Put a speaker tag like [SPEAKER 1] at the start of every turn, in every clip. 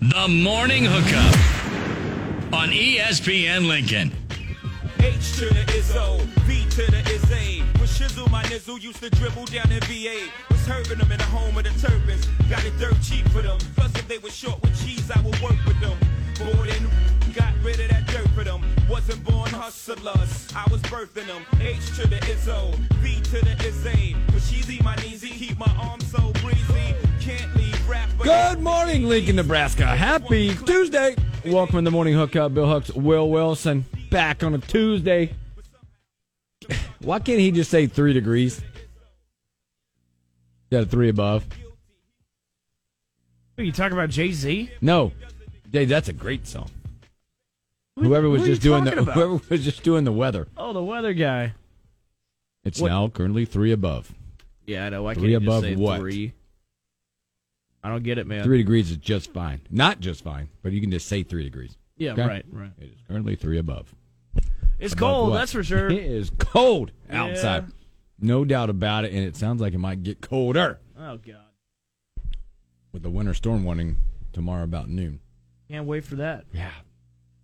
[SPEAKER 1] The Morning Hookup on E ESPN Lincoln.
[SPEAKER 2] H to the Izzo, B to the Izzy. With Shizzle, my nizzle used to dribble down in VA. Was hurting them in the home of the turbans. Got it dirt cheap for them. Plus, if they were short with cheese, I would work with them. Bored and got rid of that dirt for them. Wasn't born hustlers, I was birthing them. H to the Izzo, B to the Izzy. With Cheesy, my kneesy, keep my arms so breezy. Can't leave rap, but
[SPEAKER 3] Good morning, Lincoln, Nebraska. Happy Tuesday. Welcome in the morning hookup. Bill Hooks, Will Wilson, back on a Tuesday. Why can't he just say three degrees? Got a three above.
[SPEAKER 4] Who, You talking about Jay Z?
[SPEAKER 3] No, Jay, that's a great song. Whoever was just doing the whoever was just doing the weather.
[SPEAKER 4] Oh, the weather guy.
[SPEAKER 3] It's
[SPEAKER 5] What-
[SPEAKER 3] now currently three above.
[SPEAKER 5] Yeah, I know. I can't
[SPEAKER 3] Three
[SPEAKER 5] you
[SPEAKER 3] above
[SPEAKER 5] just say
[SPEAKER 3] what?
[SPEAKER 5] three. I don't get it, man.
[SPEAKER 3] Three degrees is just fine. Not just fine, but you can just say three degrees.
[SPEAKER 5] Yeah,
[SPEAKER 3] Okay?
[SPEAKER 5] right, right.
[SPEAKER 3] It is currently three above.
[SPEAKER 4] It's
[SPEAKER 3] Above
[SPEAKER 4] cold,
[SPEAKER 3] what?
[SPEAKER 4] that's for sure.
[SPEAKER 3] It is cold
[SPEAKER 4] Yeah.
[SPEAKER 3] outside. No doubt about it. And it sounds like it might get colder
[SPEAKER 4] Oh God,
[SPEAKER 3] with the winter storm warning tomorrow about noon.
[SPEAKER 4] can't wait for that.
[SPEAKER 3] Yeah.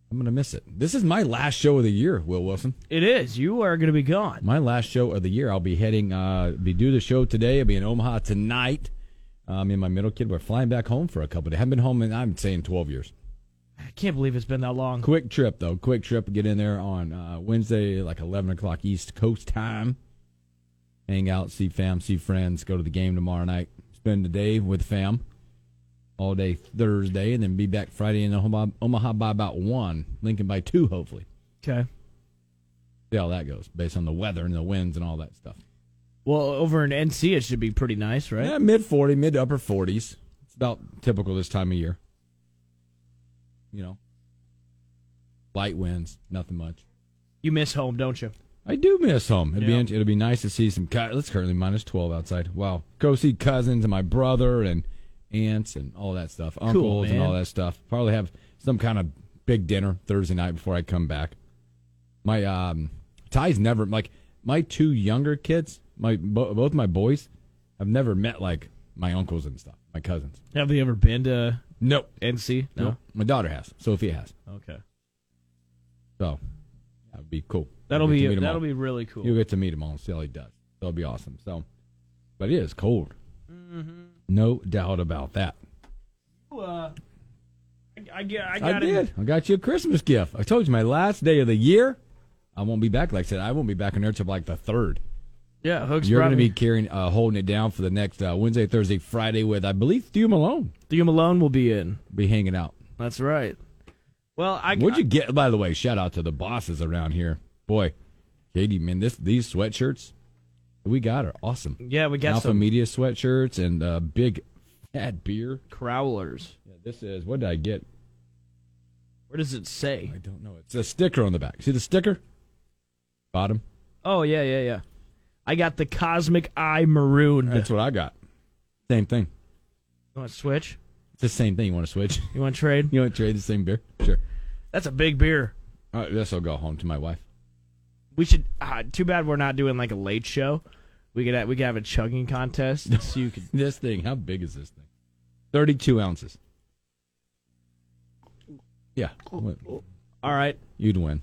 [SPEAKER 3] I'm going to miss it. This is my last show of the year, Will Wilson.
[SPEAKER 4] It is. You are going to be gone.
[SPEAKER 3] My last show of the year. I'll be heading, uh, be due the show today. I'll be in Omaha tonight. Uh, me and my middle kid, we're flying back home for a couple days. haven't been home in, I'm saying 12 years.
[SPEAKER 4] I can't believe it's been that long.
[SPEAKER 3] Quick trip, though. Quick trip. Get in there on uh, Wednesday, like 11 o'clock East Coast time. Hang out, see fam, see friends, go to the game tomorrow night. Spend the day with fam all day Thursday, and then be back Friday in Omaha, Omaha by about 1, Lincoln by 2, hopefully.
[SPEAKER 4] Okay.
[SPEAKER 3] See how that goes based on the weather and the winds and all that stuff.
[SPEAKER 4] Well, over in NC, it should be pretty nice, right?
[SPEAKER 3] Yeah, mid 40, mid to upper 40s. It's about typical this time of year. You know, light winds, nothing much.
[SPEAKER 4] You miss home, don't you?
[SPEAKER 3] I do miss home. It'd
[SPEAKER 4] Yeah.
[SPEAKER 3] be it'll be nice to see some. cou- It's currently minus twelve outside. Wow, go see cousins and my brother and aunts and all that stuff, uncles and
[SPEAKER 4] man.
[SPEAKER 3] all that stuff. Probably have some kind of big dinner Thursday night before I come back. My um, Ty's never like my two younger kids. My bo- both my boys, I've never met like my uncles and stuff. My cousins.
[SPEAKER 4] Have you ever been to
[SPEAKER 3] No,
[SPEAKER 4] NC?
[SPEAKER 3] no.
[SPEAKER 4] No.
[SPEAKER 3] My daughter has. Sophia has.
[SPEAKER 4] Okay.
[SPEAKER 3] So that would be cool.
[SPEAKER 4] That'll
[SPEAKER 3] Get to
[SPEAKER 4] be
[SPEAKER 3] meet 'em all.
[SPEAKER 4] that'll be really cool.
[SPEAKER 3] You'll get to meet him all and see how he does. That'll be awesome. So, but it is cold.
[SPEAKER 4] Mm-hmm.
[SPEAKER 3] No doubt about that.
[SPEAKER 4] uh, I, I, get- I
[SPEAKER 3] I,
[SPEAKER 4] got it.
[SPEAKER 3] did. I got you a Christmas gift. I told you my last day of the year. I won't be back. Like I said, I won't be back on air till like the third.
[SPEAKER 4] Yeah, hooks.
[SPEAKER 3] You're
[SPEAKER 4] brought
[SPEAKER 3] going to
[SPEAKER 4] me-
[SPEAKER 3] be carrying, uh, holding it down for the next uh, Wednesday, Thursday, Friday with, I believe, Theo Malone.
[SPEAKER 4] Theo Malone will be in.
[SPEAKER 3] Be hanging out.
[SPEAKER 4] That's right. Well, I
[SPEAKER 3] What'd you get? By the way, shout out to the bosses around here. Boy, Katie, man, this these sweatshirts we got are awesome.
[SPEAKER 4] Yeah, we got
[SPEAKER 3] Alpha
[SPEAKER 4] some
[SPEAKER 3] Media sweatshirts and uh, big fat beer.
[SPEAKER 4] crowlers.
[SPEAKER 3] Yeah, this is what did I get?
[SPEAKER 4] Where does it say?
[SPEAKER 3] I don't know. It's a sticker on the back. See the sticker? Bottom.
[SPEAKER 4] Oh yeah, yeah, yeah. I got the Cosmic Eye Maroon.
[SPEAKER 3] That's what I got. Same thing.
[SPEAKER 4] You want to switch?
[SPEAKER 3] It's the same thing. You want to switch?
[SPEAKER 4] You want to trade?
[SPEAKER 3] You want to trade the same beer? Sure.
[SPEAKER 4] That's a big beer.
[SPEAKER 3] All right, this will go home to my wife.
[SPEAKER 4] We should. Uh, too bad we're not doing like a late show. We could have, we could have a chugging contest. so you could.
[SPEAKER 3] This thing, how big is this thing? Thirty-two ounces. Yeah,
[SPEAKER 4] Oh, All right.
[SPEAKER 3] you'd win.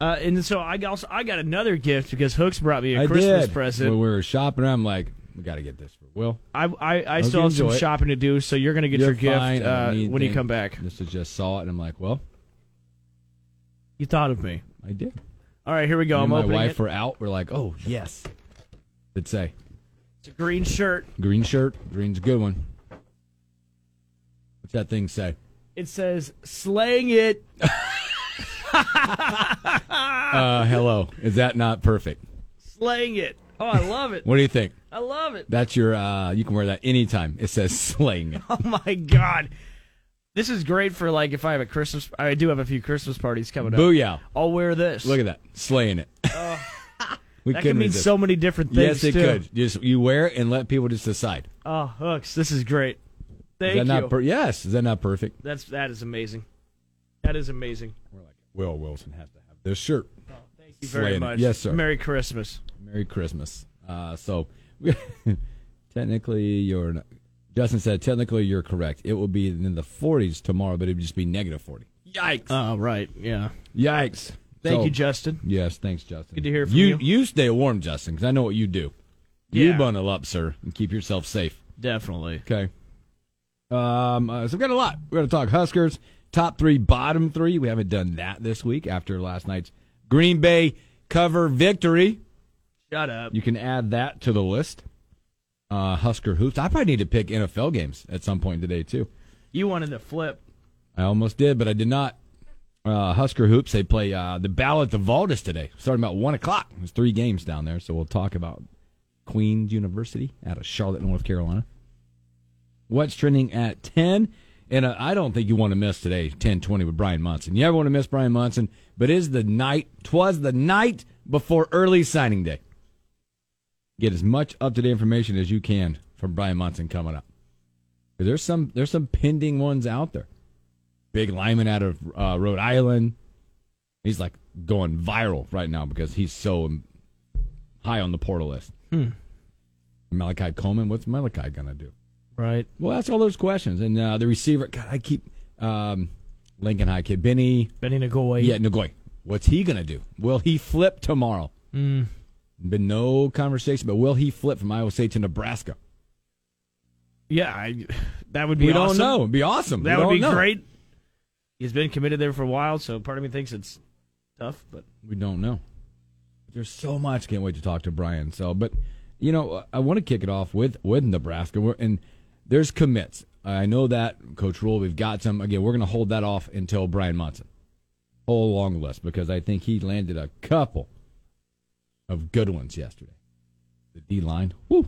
[SPEAKER 4] Uh, and so I also I got another gift because Hooks brought me a
[SPEAKER 3] I
[SPEAKER 4] Christmas
[SPEAKER 3] did.
[SPEAKER 4] present.
[SPEAKER 3] When we were shopping, I'm like, we got to get this for Will.
[SPEAKER 4] I I, I
[SPEAKER 3] Hope
[SPEAKER 4] still
[SPEAKER 3] you
[SPEAKER 4] have some
[SPEAKER 3] enjoy it.
[SPEAKER 4] shopping to do, so you're gonna get
[SPEAKER 3] You're
[SPEAKER 4] your gift
[SPEAKER 3] fine, I don't
[SPEAKER 4] uh,
[SPEAKER 3] need
[SPEAKER 4] when you
[SPEAKER 3] anything.
[SPEAKER 4] come back.
[SPEAKER 3] This is just saw it, and I'm like, well,
[SPEAKER 4] You thought of me.
[SPEAKER 3] I did.
[SPEAKER 4] All right, here we go.
[SPEAKER 3] Me
[SPEAKER 4] I'm
[SPEAKER 3] and my
[SPEAKER 4] opening
[SPEAKER 3] wife
[SPEAKER 4] it.
[SPEAKER 3] were out. We're like, oh yes. Did say
[SPEAKER 4] It's a green shirt.
[SPEAKER 3] green shirt. Green's a good one. What's that thing say?
[SPEAKER 4] It says "Slaying It." Ah.
[SPEAKER 3] Uh, hello. Is that not perfect?
[SPEAKER 4] slaying it. Oh, I love it.
[SPEAKER 3] What do you think?
[SPEAKER 4] I love it.
[SPEAKER 3] That's your. uh You can wear that anytime. It says slaying. it.
[SPEAKER 4] Oh my Oh god. This is great for like if I have a Christmas. I do have a few Christmas parties coming up.
[SPEAKER 3] Booyah.
[SPEAKER 4] I'll wear this.
[SPEAKER 3] Look at that. Slaying it. we
[SPEAKER 4] Uh, that could
[SPEAKER 3] couldn't
[SPEAKER 4] mean
[SPEAKER 3] resist.
[SPEAKER 4] so many different things.
[SPEAKER 3] Yes, it
[SPEAKER 4] too.
[SPEAKER 3] could. Just you wear it and let people just decide.
[SPEAKER 4] Oh, hooks! This is great. Thank
[SPEAKER 3] is that
[SPEAKER 4] you.
[SPEAKER 3] not per- yes, is that not perfect?
[SPEAKER 4] That's that is amazing. That is amazing.
[SPEAKER 3] We're like, Will Wilson has to have this shirt.
[SPEAKER 4] Thank you very
[SPEAKER 3] Slaying it.
[SPEAKER 4] much.
[SPEAKER 3] Yes, sir.
[SPEAKER 4] Merry Christmas.
[SPEAKER 3] Merry Christmas. Uh, so technically, you're not- Justin said technically you're correct. It will be in the 40s tomorrow, but it would just be negative 40.
[SPEAKER 6] Yikes.
[SPEAKER 4] Oh, right. Yeah.
[SPEAKER 3] Yikes!
[SPEAKER 4] Thank
[SPEAKER 3] So-
[SPEAKER 4] you, Justin.
[SPEAKER 3] Yes, thanks, Justin.
[SPEAKER 4] Good to hear from
[SPEAKER 3] you.
[SPEAKER 4] you.
[SPEAKER 3] stay warm, Justin, because I know what you do. You
[SPEAKER 4] Yeah.
[SPEAKER 3] bundle up, sir, and keep yourself safe.
[SPEAKER 4] Definitely.
[SPEAKER 3] Okay. Um, uh, so we've got a lot. We're going to talk Huskers, top three, bottom three. We haven't done that this week after last night's Green Bay cover victory.
[SPEAKER 4] Shut up.
[SPEAKER 3] You can add that to the list. Uh, Husker hoops. I probably need to pick NFL games at some point today too.
[SPEAKER 4] You wanted to flip.
[SPEAKER 3] I almost did, but I did not. Uh, Husker hoops. They play uh, the Battle at the Valdis today, starting about one o'clock. There's three games down there, so we'll talk about Queens University out of Charlotte, North Carolina. What's trending at ten? And uh, I don't think you want to miss today ten twenty with Brian Munson. You ever want to miss Brian Munson? But is the night? Twas the night before early signing day. Get as much up to date information as you can from Brian Munson coming up. 'Cause There's some there's some pending ones out there big lineman out of uh, Rhode Island. He's like going viral right now because he's so um, high on the portal list.
[SPEAKER 4] Hmm.
[SPEAKER 3] Malachi Coleman, what's Malachi gonna do?
[SPEAKER 4] Right.
[SPEAKER 3] Well, that's all those questions. And uh, the receiver, God, I keep um, Lincoln High kid Benny.
[SPEAKER 4] Benny Nagoy.
[SPEAKER 3] Yeah, Ngoi. What's he gonna do? Will he flip tomorrow?
[SPEAKER 4] Hmm.
[SPEAKER 3] Been no conversation, but will he flip from Iowa State to Nebraska?
[SPEAKER 4] Yeah. I, that would be.
[SPEAKER 3] we don't
[SPEAKER 4] awesome.
[SPEAKER 3] know. It'd be awesome.
[SPEAKER 4] That
[SPEAKER 3] We
[SPEAKER 4] would
[SPEAKER 3] don't
[SPEAKER 4] be
[SPEAKER 3] know.
[SPEAKER 4] great. He's been committed there for a while, so part of me thinks it's tough, but
[SPEAKER 3] We don't know. There's so much. Can't wait to talk to Brian. So, but you know, I want to kick it off with with Nebraska. We're, and there's commits. I know that Coach Rule. We've got some. Again, we're going to hold that off until Brian Monson. Whole long list because I think he landed a couple of good ones yesterday. The D line. Woo.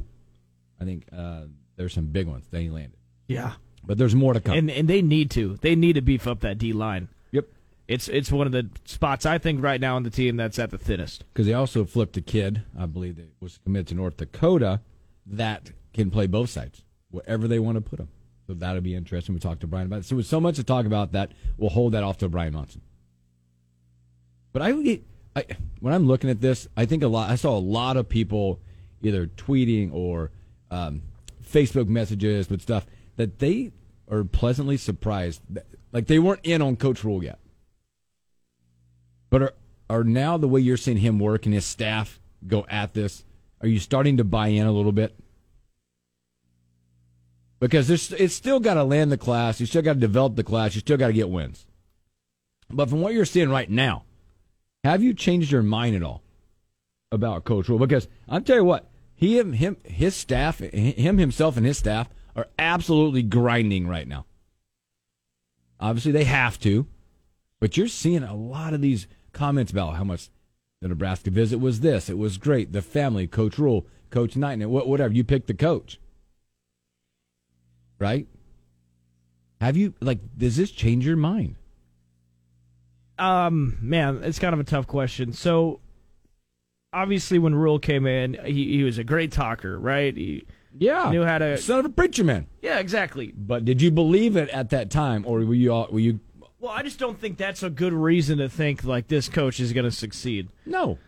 [SPEAKER 3] I think uh, there's some big ones that he landed,
[SPEAKER 4] yeah.
[SPEAKER 3] but there's more to come.
[SPEAKER 4] And and they need to. They need to beef up that D line.
[SPEAKER 3] yep.
[SPEAKER 4] It's it's one of the spots I think right now on the team that's at the thinnest.
[SPEAKER 3] because they also flipped a kid, I believe, that was committed to North Dakota that can play both sides, wherever they want to put him. So that'll be interesting. We talked to Brian about it. So, with so much to talk about that, we'll hold that off to Brian Monson. But I, would get- I when I'm looking at this, I think a lot. I saw a lot of people either tweeting or um, Facebook messages with stuff that they are pleasantly surprised. That, like they weren't in on Coach Rule yet but are are now the way you're seeing him work and his staff go at this? Are you starting to buy in a little bit? Because there's it's still got to land the class. You still got to develop the class. You still got to get wins. But from what you're seeing right now, have you changed your mind at all about Coach Rule? Because I'll tell you what, he him, him his staff him himself and his staff are absolutely grinding right now. Obviously, they have to. But you're seeing a lot of these comments about how much the Nebraska visit was this. It was great. The family, Coach Rule, Coach Knight, and what- whatever. You pick the coach, right? Have you like? Does this change your mind?
[SPEAKER 4] Um, man, it's kind of a tough question. So obviously when Rule came in, he, he was a great talker, right? He,
[SPEAKER 3] Yeah,
[SPEAKER 4] Knew how to-
[SPEAKER 3] son of a preacher man.
[SPEAKER 4] yeah, exactly.
[SPEAKER 3] But did you believe it at that time, or were you all, were you
[SPEAKER 4] Well, I just don't think that's a good reason to think like this coach is going to succeed.
[SPEAKER 3] no?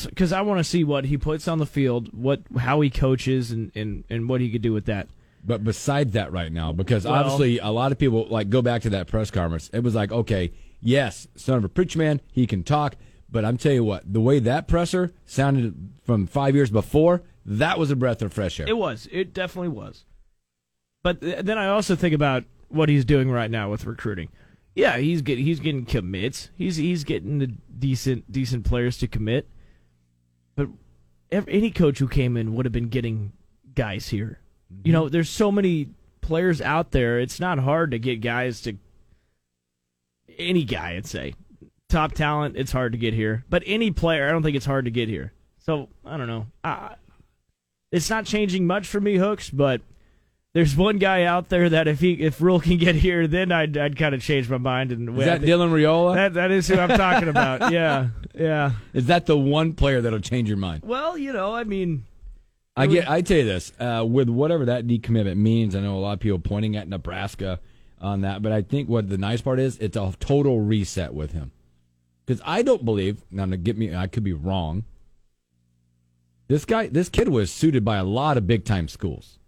[SPEAKER 4] because Uh, I want to see what he puts on the field, what how he coaches, and, and, and what he could do with that.
[SPEAKER 3] But beside that, right now, because
[SPEAKER 4] Well-
[SPEAKER 3] obviously a lot of people like go back to that press conference. It was like, okay, yes, son of a preacher man, he can talk. But I'm tell you what, the way that presser sounded from five years before, that was a breath of fresh air.
[SPEAKER 4] It was, it definitely was. But th- then I also think about what he's doing right now with recruiting. Yeah, he's get, he's getting commits. He's he's getting the decent decent players to commit. But ev- any coach who came in would have been getting guys here. You know, there's so many players out there. It's not hard to get guys to any guy, I'd say. Top talent, it's hard to get here. But any player, I don't think it's hard to get here. So I don't know. I, it's not changing much for me, Hooks, but There's one guy out there that if he if Rule can get here, then I'd I'd kind of change my mind. And
[SPEAKER 3] Is that Dylan Riola?
[SPEAKER 4] That that is who I'm talking about. Yeah, yeah.
[SPEAKER 3] Is that the one player that'll change your mind?
[SPEAKER 4] Well, you know, I mean,
[SPEAKER 3] I get. I tell you this, uh, with whatever that decommitment means, I know a lot of people pointing at Nebraska on that, but I think what the nice part is, it's a total reset with him. Because I don't believe. Now, to get me, I could be wrong. This guy, this kid was suited by a lot of big time schools.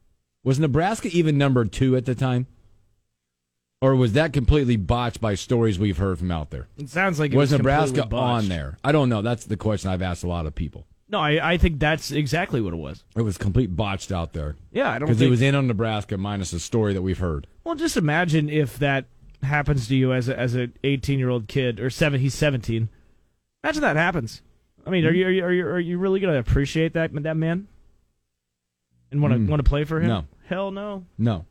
[SPEAKER 3] Was Nebraska even number two at the time? Or was that completely botched by stories we've heard from out there?
[SPEAKER 4] it sounds like it
[SPEAKER 3] was
[SPEAKER 4] was
[SPEAKER 3] Nebraska
[SPEAKER 4] completely botched.
[SPEAKER 3] on there? I don't know. That's the question I've asked a lot of people.
[SPEAKER 4] No, I, I think that's exactly what it was.
[SPEAKER 3] It was complete botched out there.
[SPEAKER 4] Yeah, I don't
[SPEAKER 3] Because
[SPEAKER 4] think.
[SPEAKER 3] he was in on Nebraska minus the story that we've heard.
[SPEAKER 4] well, just imagine if that happens to you as a, as an 18 year old kid or seven. He's 17. Imagine that happens. I mean, are
[SPEAKER 3] Mm-hmm.
[SPEAKER 4] you are you are you, are you really gonna appreciate that that man? And want to want to play for him?
[SPEAKER 3] Mm. No.
[SPEAKER 4] hell no.
[SPEAKER 3] No.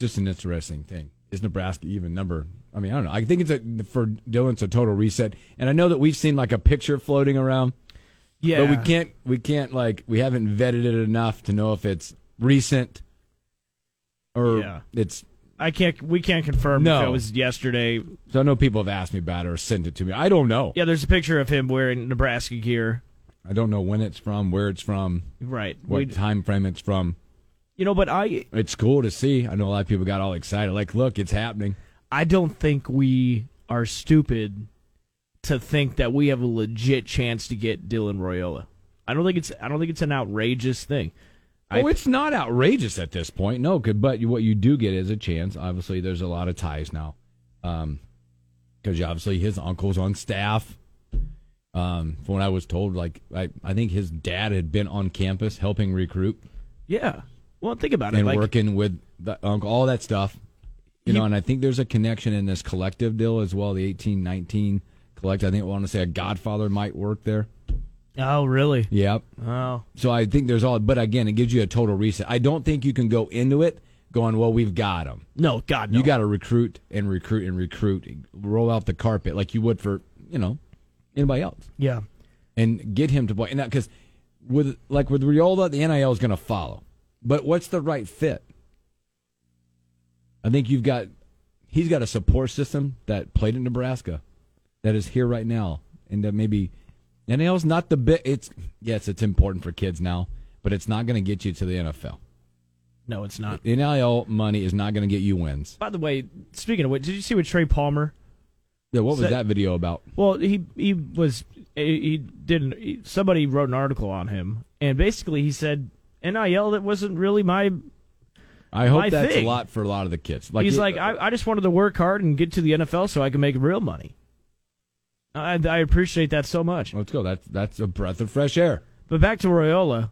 [SPEAKER 3] Just an interesting thing. Is Nebraska even number? I mean, I don't know. I think it's a, for Dylan, it's a total reset. And I know that we've seen like a picture floating around,
[SPEAKER 4] Yeah,
[SPEAKER 3] but we can't, we can't like, we haven't vetted it enough to know if it's recent or
[SPEAKER 4] Yeah.
[SPEAKER 3] it's.
[SPEAKER 4] I can't. We can't confirm
[SPEAKER 3] No.
[SPEAKER 4] if it was yesterday.
[SPEAKER 3] So I know people have asked me about it or sent it to me. I don't know.
[SPEAKER 4] Yeah, there's a picture of him wearing Nebraska gear.
[SPEAKER 3] I don't know when it's from, where it's from,
[SPEAKER 4] Right.
[SPEAKER 3] what
[SPEAKER 4] We-
[SPEAKER 3] time frame it's from.
[SPEAKER 4] you know, but I
[SPEAKER 3] It's cool to see. I know a lot of people got all excited. Like, look, it's happening.
[SPEAKER 4] I don't think we are stupid to think that we have a legit chance to get Dylan Royola. I don't think it's I don't think it's an outrageous thing. I-
[SPEAKER 3] oh, it's not outrageous at this point. No, 'cause- but you- what you do get is a chance. Obviously, there's a lot of ties now, Um 'cause because obviously his uncle's on staff. Um, from what I was told, like I, I think his dad had been on campus helping recruit
[SPEAKER 4] Yeah. Well, think about it.
[SPEAKER 3] and
[SPEAKER 4] Like,
[SPEAKER 3] working with the uncle, all that stuff. You know, and I think there's a connection in this collective deal as well. The eighteen nineteen collective. I think I want to say a Godfather might work there.
[SPEAKER 4] oh, really?
[SPEAKER 3] Yep.
[SPEAKER 4] Oh,
[SPEAKER 3] So I think there's all, but again, it gives you a total reset. I don't think you can go into it going, well, we've got them.
[SPEAKER 4] no, God, no.
[SPEAKER 3] You got to recruit and recruit and recruit, roll out the carpet like you would for, you know, anybody else
[SPEAKER 4] yeah.
[SPEAKER 3] and get him to play. And that, because with, like with Riola, the NIL is going to follow. But what's the right fit? I think you've got, he's got a support system that played in Nebraska that is here right now. And that maybe NIL is not the bit. It's, yes, it's important for kids now, but it's not going to get you to the NFL.
[SPEAKER 4] No, it's not.
[SPEAKER 3] NIL money is not going to get you wins.
[SPEAKER 4] By the way, speaking of which, did you see what Trey Palmer
[SPEAKER 3] Yeah, what was
[SPEAKER 4] So-
[SPEAKER 3] that video about?
[SPEAKER 4] Well, he he was he he didn't. he- Somebody wrote an article on him, and basically he said nil that wasn't really my.
[SPEAKER 3] I hope
[SPEAKER 4] My
[SPEAKER 3] that's
[SPEAKER 4] thing.
[SPEAKER 3] a lot for a lot of the kids. Like
[SPEAKER 4] he's
[SPEAKER 3] it-
[SPEAKER 4] like I, I just wanted to work hard and get to the NFL so I can make real money. I I appreciate that so much.
[SPEAKER 3] let's go. That's that's a breath of fresh air.
[SPEAKER 4] But back to Royola,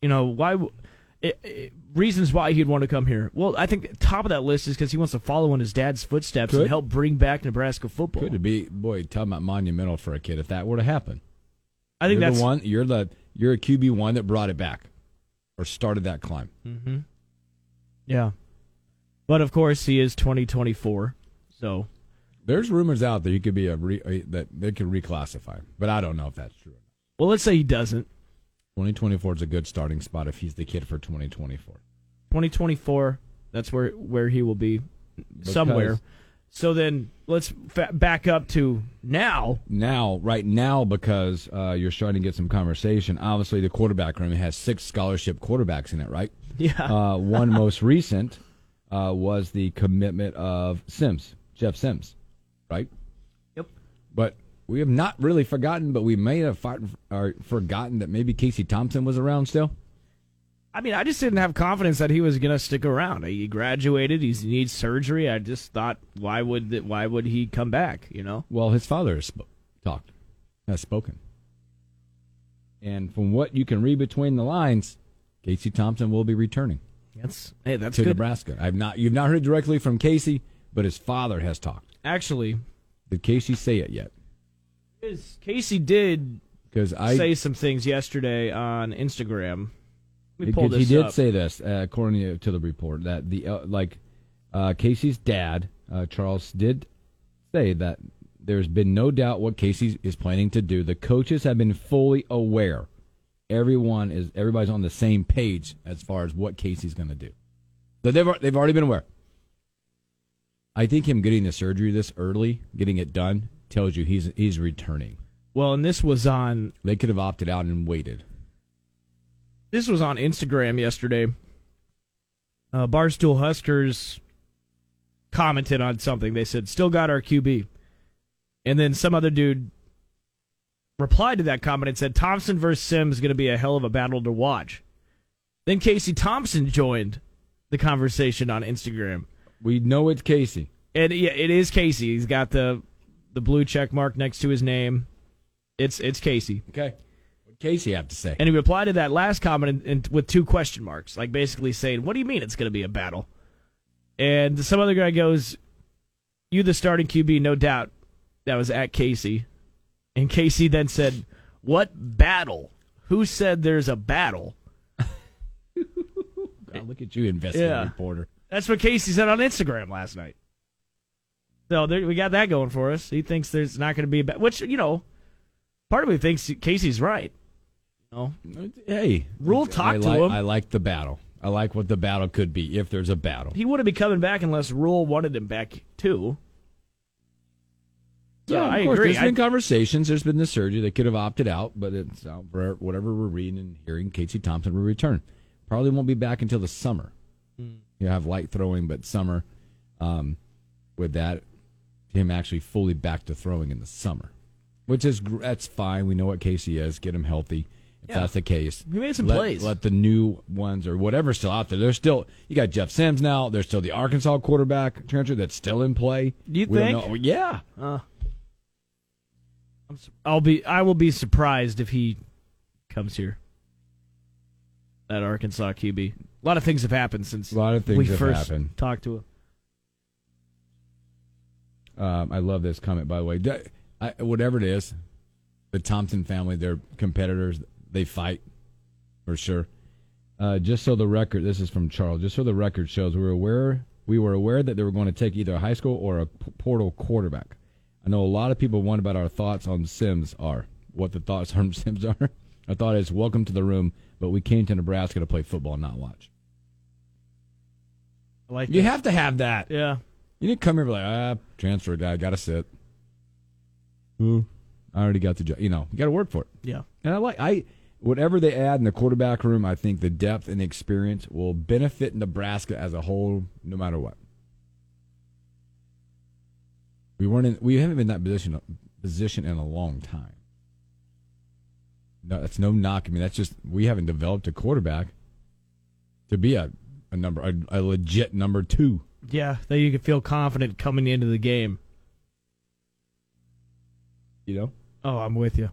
[SPEAKER 4] you know why? w- It, it, reasons why he'd want to come here. Well, I think the top of that list is because he wants to follow in his dad's footsteps
[SPEAKER 3] Could.
[SPEAKER 4] and help bring back Nebraska football.
[SPEAKER 3] Could it be, boy, talking about monumental for a kid if that were to happen.
[SPEAKER 4] I think
[SPEAKER 3] you're
[SPEAKER 4] that's
[SPEAKER 3] the one. You're the you're a QB one that brought it back, or started that climb.
[SPEAKER 4] Mm-hmm. Yeah. But of course, he is 2024. So,
[SPEAKER 3] There's rumors out there he could be a re, a- that they could reclassify, him, but I don't know if that's true.
[SPEAKER 4] well, let's say he doesn't.
[SPEAKER 3] 2024 is a good starting spot if he's the kid for 2024.
[SPEAKER 4] 2024, that's where where he will be somewhere.
[SPEAKER 3] Because
[SPEAKER 4] So then let's fa- back up to now.
[SPEAKER 3] now, right now, because uh, you're starting to get some conversation. Obviously, the quarterback room has six scholarship quarterbacks in it, right?
[SPEAKER 4] Yeah.
[SPEAKER 3] Uh, one most recent uh, was the commitment of Sims, Jeff Sims, right?
[SPEAKER 4] Yep.
[SPEAKER 3] But we have not really forgotten, but we may have fought, or forgotten that maybe Casey Thompson was around still.
[SPEAKER 4] I mean, I just didn't have confidence that he was going to stick around. He graduated, he's, he needs surgery. I just thought why would th- why would he come back, you know?
[SPEAKER 3] Well, his father has sp- talked, has spoken. And from what you can read between the lines, Casey Thompson will be returning
[SPEAKER 4] That's Hey, that's
[SPEAKER 3] to
[SPEAKER 4] good.
[SPEAKER 3] Nebraska. I've not, you've not heard directly from Casey, but his father has talked.
[SPEAKER 4] Actually,
[SPEAKER 3] Did Casey say it yet?
[SPEAKER 4] is- Casey did
[SPEAKER 3] Because I
[SPEAKER 4] say some things yesterday on Instagram. Let me
[SPEAKER 3] It-
[SPEAKER 4] pull
[SPEAKER 3] he
[SPEAKER 4] this
[SPEAKER 3] did
[SPEAKER 4] up.
[SPEAKER 3] say this, uh, according to- to the report, that the uh, like uh, Casey's dad, uh, Charles, did say that there's been no doubt what Casey is planning to do. The coaches have been fully aware. Everyone is everybody's on the same page as far as what Casey's going to do. So they've they've already been aware. I think him getting the surgery this early, getting it done, tells you he's he's returning.
[SPEAKER 4] Well, and this was on
[SPEAKER 3] They could have opted out and waited.
[SPEAKER 4] this was on Instagram yesterday. Uh, Barstool Huskers commented on something. They said, "Still got our QB," and then some other dude replied to that comment and said, "Thompson versus Sims is going to be a hell of a battle to watch." Then Casey Thompson joined the conversation on Instagram,
[SPEAKER 3] We know it's Casey.
[SPEAKER 4] and yeah, it is Casey. He's got the the blue check mark next to his name. It's it's Casey.
[SPEAKER 3] Okay. What Casey have to say?
[SPEAKER 4] And he replied to that last comment in, in, with two question marks, like basically saying, "What do you mean it's going to be a battle?" And some other guy goes, "You the starting QB, no doubt." That was at Casey, and Casey then said, "What battle? Who said there's a battle?"
[SPEAKER 3] God, look at you, investigative
[SPEAKER 4] Yeah.
[SPEAKER 3] reporter.
[SPEAKER 4] That's what Casey said on Instagram last night. So there, we got that going for us. He thinks there's not going to be a battle, which you know, part of me thinks Casey's right. You know,
[SPEAKER 3] Hey,
[SPEAKER 4] Rule
[SPEAKER 3] I
[SPEAKER 4] talked to
[SPEAKER 3] like,
[SPEAKER 4] him.
[SPEAKER 3] I like the battle. I like what the battle could be if there's a battle.
[SPEAKER 4] he wouldn't be coming back unless Rule wanted him back too. So
[SPEAKER 3] yeah, of
[SPEAKER 4] I
[SPEAKER 3] course.
[SPEAKER 4] agree.
[SPEAKER 3] There's been
[SPEAKER 4] I-
[SPEAKER 3] conversations. There's been the surgery. They could have opted out, but it's out for whatever we're reading and hearing. Casey Thompson will return. Probably won't be back until the summer.
[SPEAKER 4] Hmm.
[SPEAKER 3] You have light throwing, but summer um, with that, him actually fully back to throwing in the summer, which is gr- that's fine. We know what Casey is. Get him healthy. If that's the case,
[SPEAKER 4] He made some
[SPEAKER 3] let-
[SPEAKER 4] plays.
[SPEAKER 3] Let the new ones or whatever's still out there. There's still you got Jeff Sims now. There's still the Arkansas quarterback transfer that's still in play.
[SPEAKER 4] Do you
[SPEAKER 3] We don't
[SPEAKER 4] think?
[SPEAKER 3] know- Yeah.
[SPEAKER 4] I'll be. I will be surprised if he comes here. That Arkansas QB. A lot of things have happened since
[SPEAKER 3] A lot of things
[SPEAKER 4] we
[SPEAKER 3] have
[SPEAKER 4] first
[SPEAKER 3] happened.
[SPEAKER 4] talked to him.
[SPEAKER 3] Um, I love this comment, by the way. D- I, whatever it is, the Thompson family, they're competitors. They fight for sure. Uh, just so the record, this is from Charles. Just so the record shows, we were aware we were aware that they were going to take either a high school or a p- portal quarterback. I know a lot of people wonder about our thoughts on Sims are. What the thoughts on Sims are? Our thought is welcome to the room, but we came to Nebraska to play football, not watch.
[SPEAKER 4] I like.
[SPEAKER 3] You
[SPEAKER 4] that.
[SPEAKER 3] have to have that.
[SPEAKER 4] yeah.
[SPEAKER 3] You didn't come here and be like, ah, transfer guy, gotta sit. Ooh, I already got the job. You know, you gotta work for it.
[SPEAKER 4] Yeah.
[SPEAKER 3] And I like I whatever they add in the quarterback room, I think the depth and experience will benefit Nebraska as a whole, no matter what. We weren't in, we haven't been in that position position in a long time. No, that's no knock. I mean, that's just we haven't developed a quarterback to be a, a number a, a legit number two.
[SPEAKER 4] Yeah. That you can feel confident coming into the game.
[SPEAKER 3] You know.
[SPEAKER 4] Oh, I'm with you.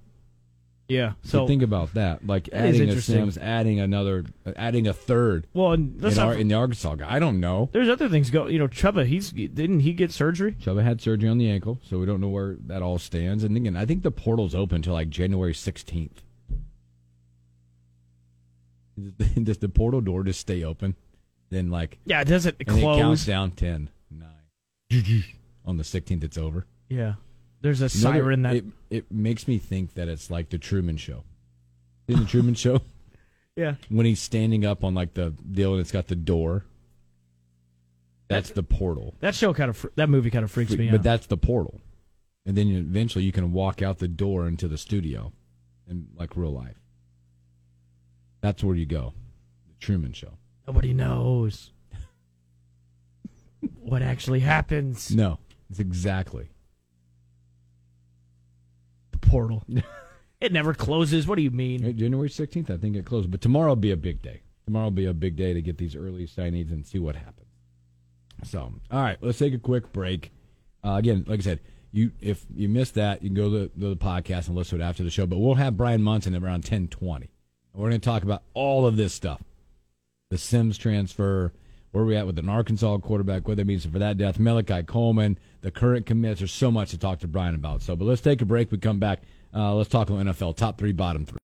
[SPEAKER 4] Yeah.
[SPEAKER 3] So
[SPEAKER 4] So
[SPEAKER 3] think about that, like
[SPEAKER 4] That is
[SPEAKER 3] adding a
[SPEAKER 4] interesting.
[SPEAKER 3] Sims, adding another, uh, adding a third
[SPEAKER 4] well, and let's
[SPEAKER 3] in,
[SPEAKER 4] not,
[SPEAKER 3] our, in the Arkansas guy. I don't know.
[SPEAKER 4] there's other things go. You know, Chuba. He's didn't he get surgery?
[SPEAKER 3] Chuba had surgery on the ankle, so we don't know where that all stands. And again, I think the portal's open till like January sixteenth. Does the portal door just stay open? Then like
[SPEAKER 4] Yeah. Does it
[SPEAKER 3] and it counts
[SPEAKER 4] close?
[SPEAKER 3] down 10, 9. on the sixteenth, it's over.
[SPEAKER 4] Yeah. There's a
[SPEAKER 3] You know,
[SPEAKER 4] siren that
[SPEAKER 3] it, it makes me think that it's like the Truman Show. In the Truman Show.
[SPEAKER 4] Yeah.
[SPEAKER 3] when he's standing up on like the deal and it's got the door. That's the portal.
[SPEAKER 4] That show kind of fr- that movie kind of freaks me
[SPEAKER 3] But
[SPEAKER 4] out.
[SPEAKER 3] that's the portal. And then you, eventually you can walk out the door into the studio in like real life. That's where you go. The Truman Show.
[SPEAKER 4] Nobody knows what actually happens.
[SPEAKER 3] No, it's exactly.
[SPEAKER 4] The portal. it never closes. What do you mean?
[SPEAKER 3] Right, January 16th, I think it closed. But tomorrow will be a big day. Tomorrow will be a big day to get these early signings and see what happens. So, all right, let's take a quick break. Uh, again, like I said, you if you missed that, you can go to the, to the podcast and listen to it after the show. But we'll have Brian Munson at around 1020. And we're going to talk about all of this stuff. The Sims transfer, where we at with an Arkansas quarterback, what that means for that death, Malachi Coleman, the current commits. There's so much to talk to Brian about. So, but let's take a break. We come back. Uh, let's talk about NFL top three, bottom three.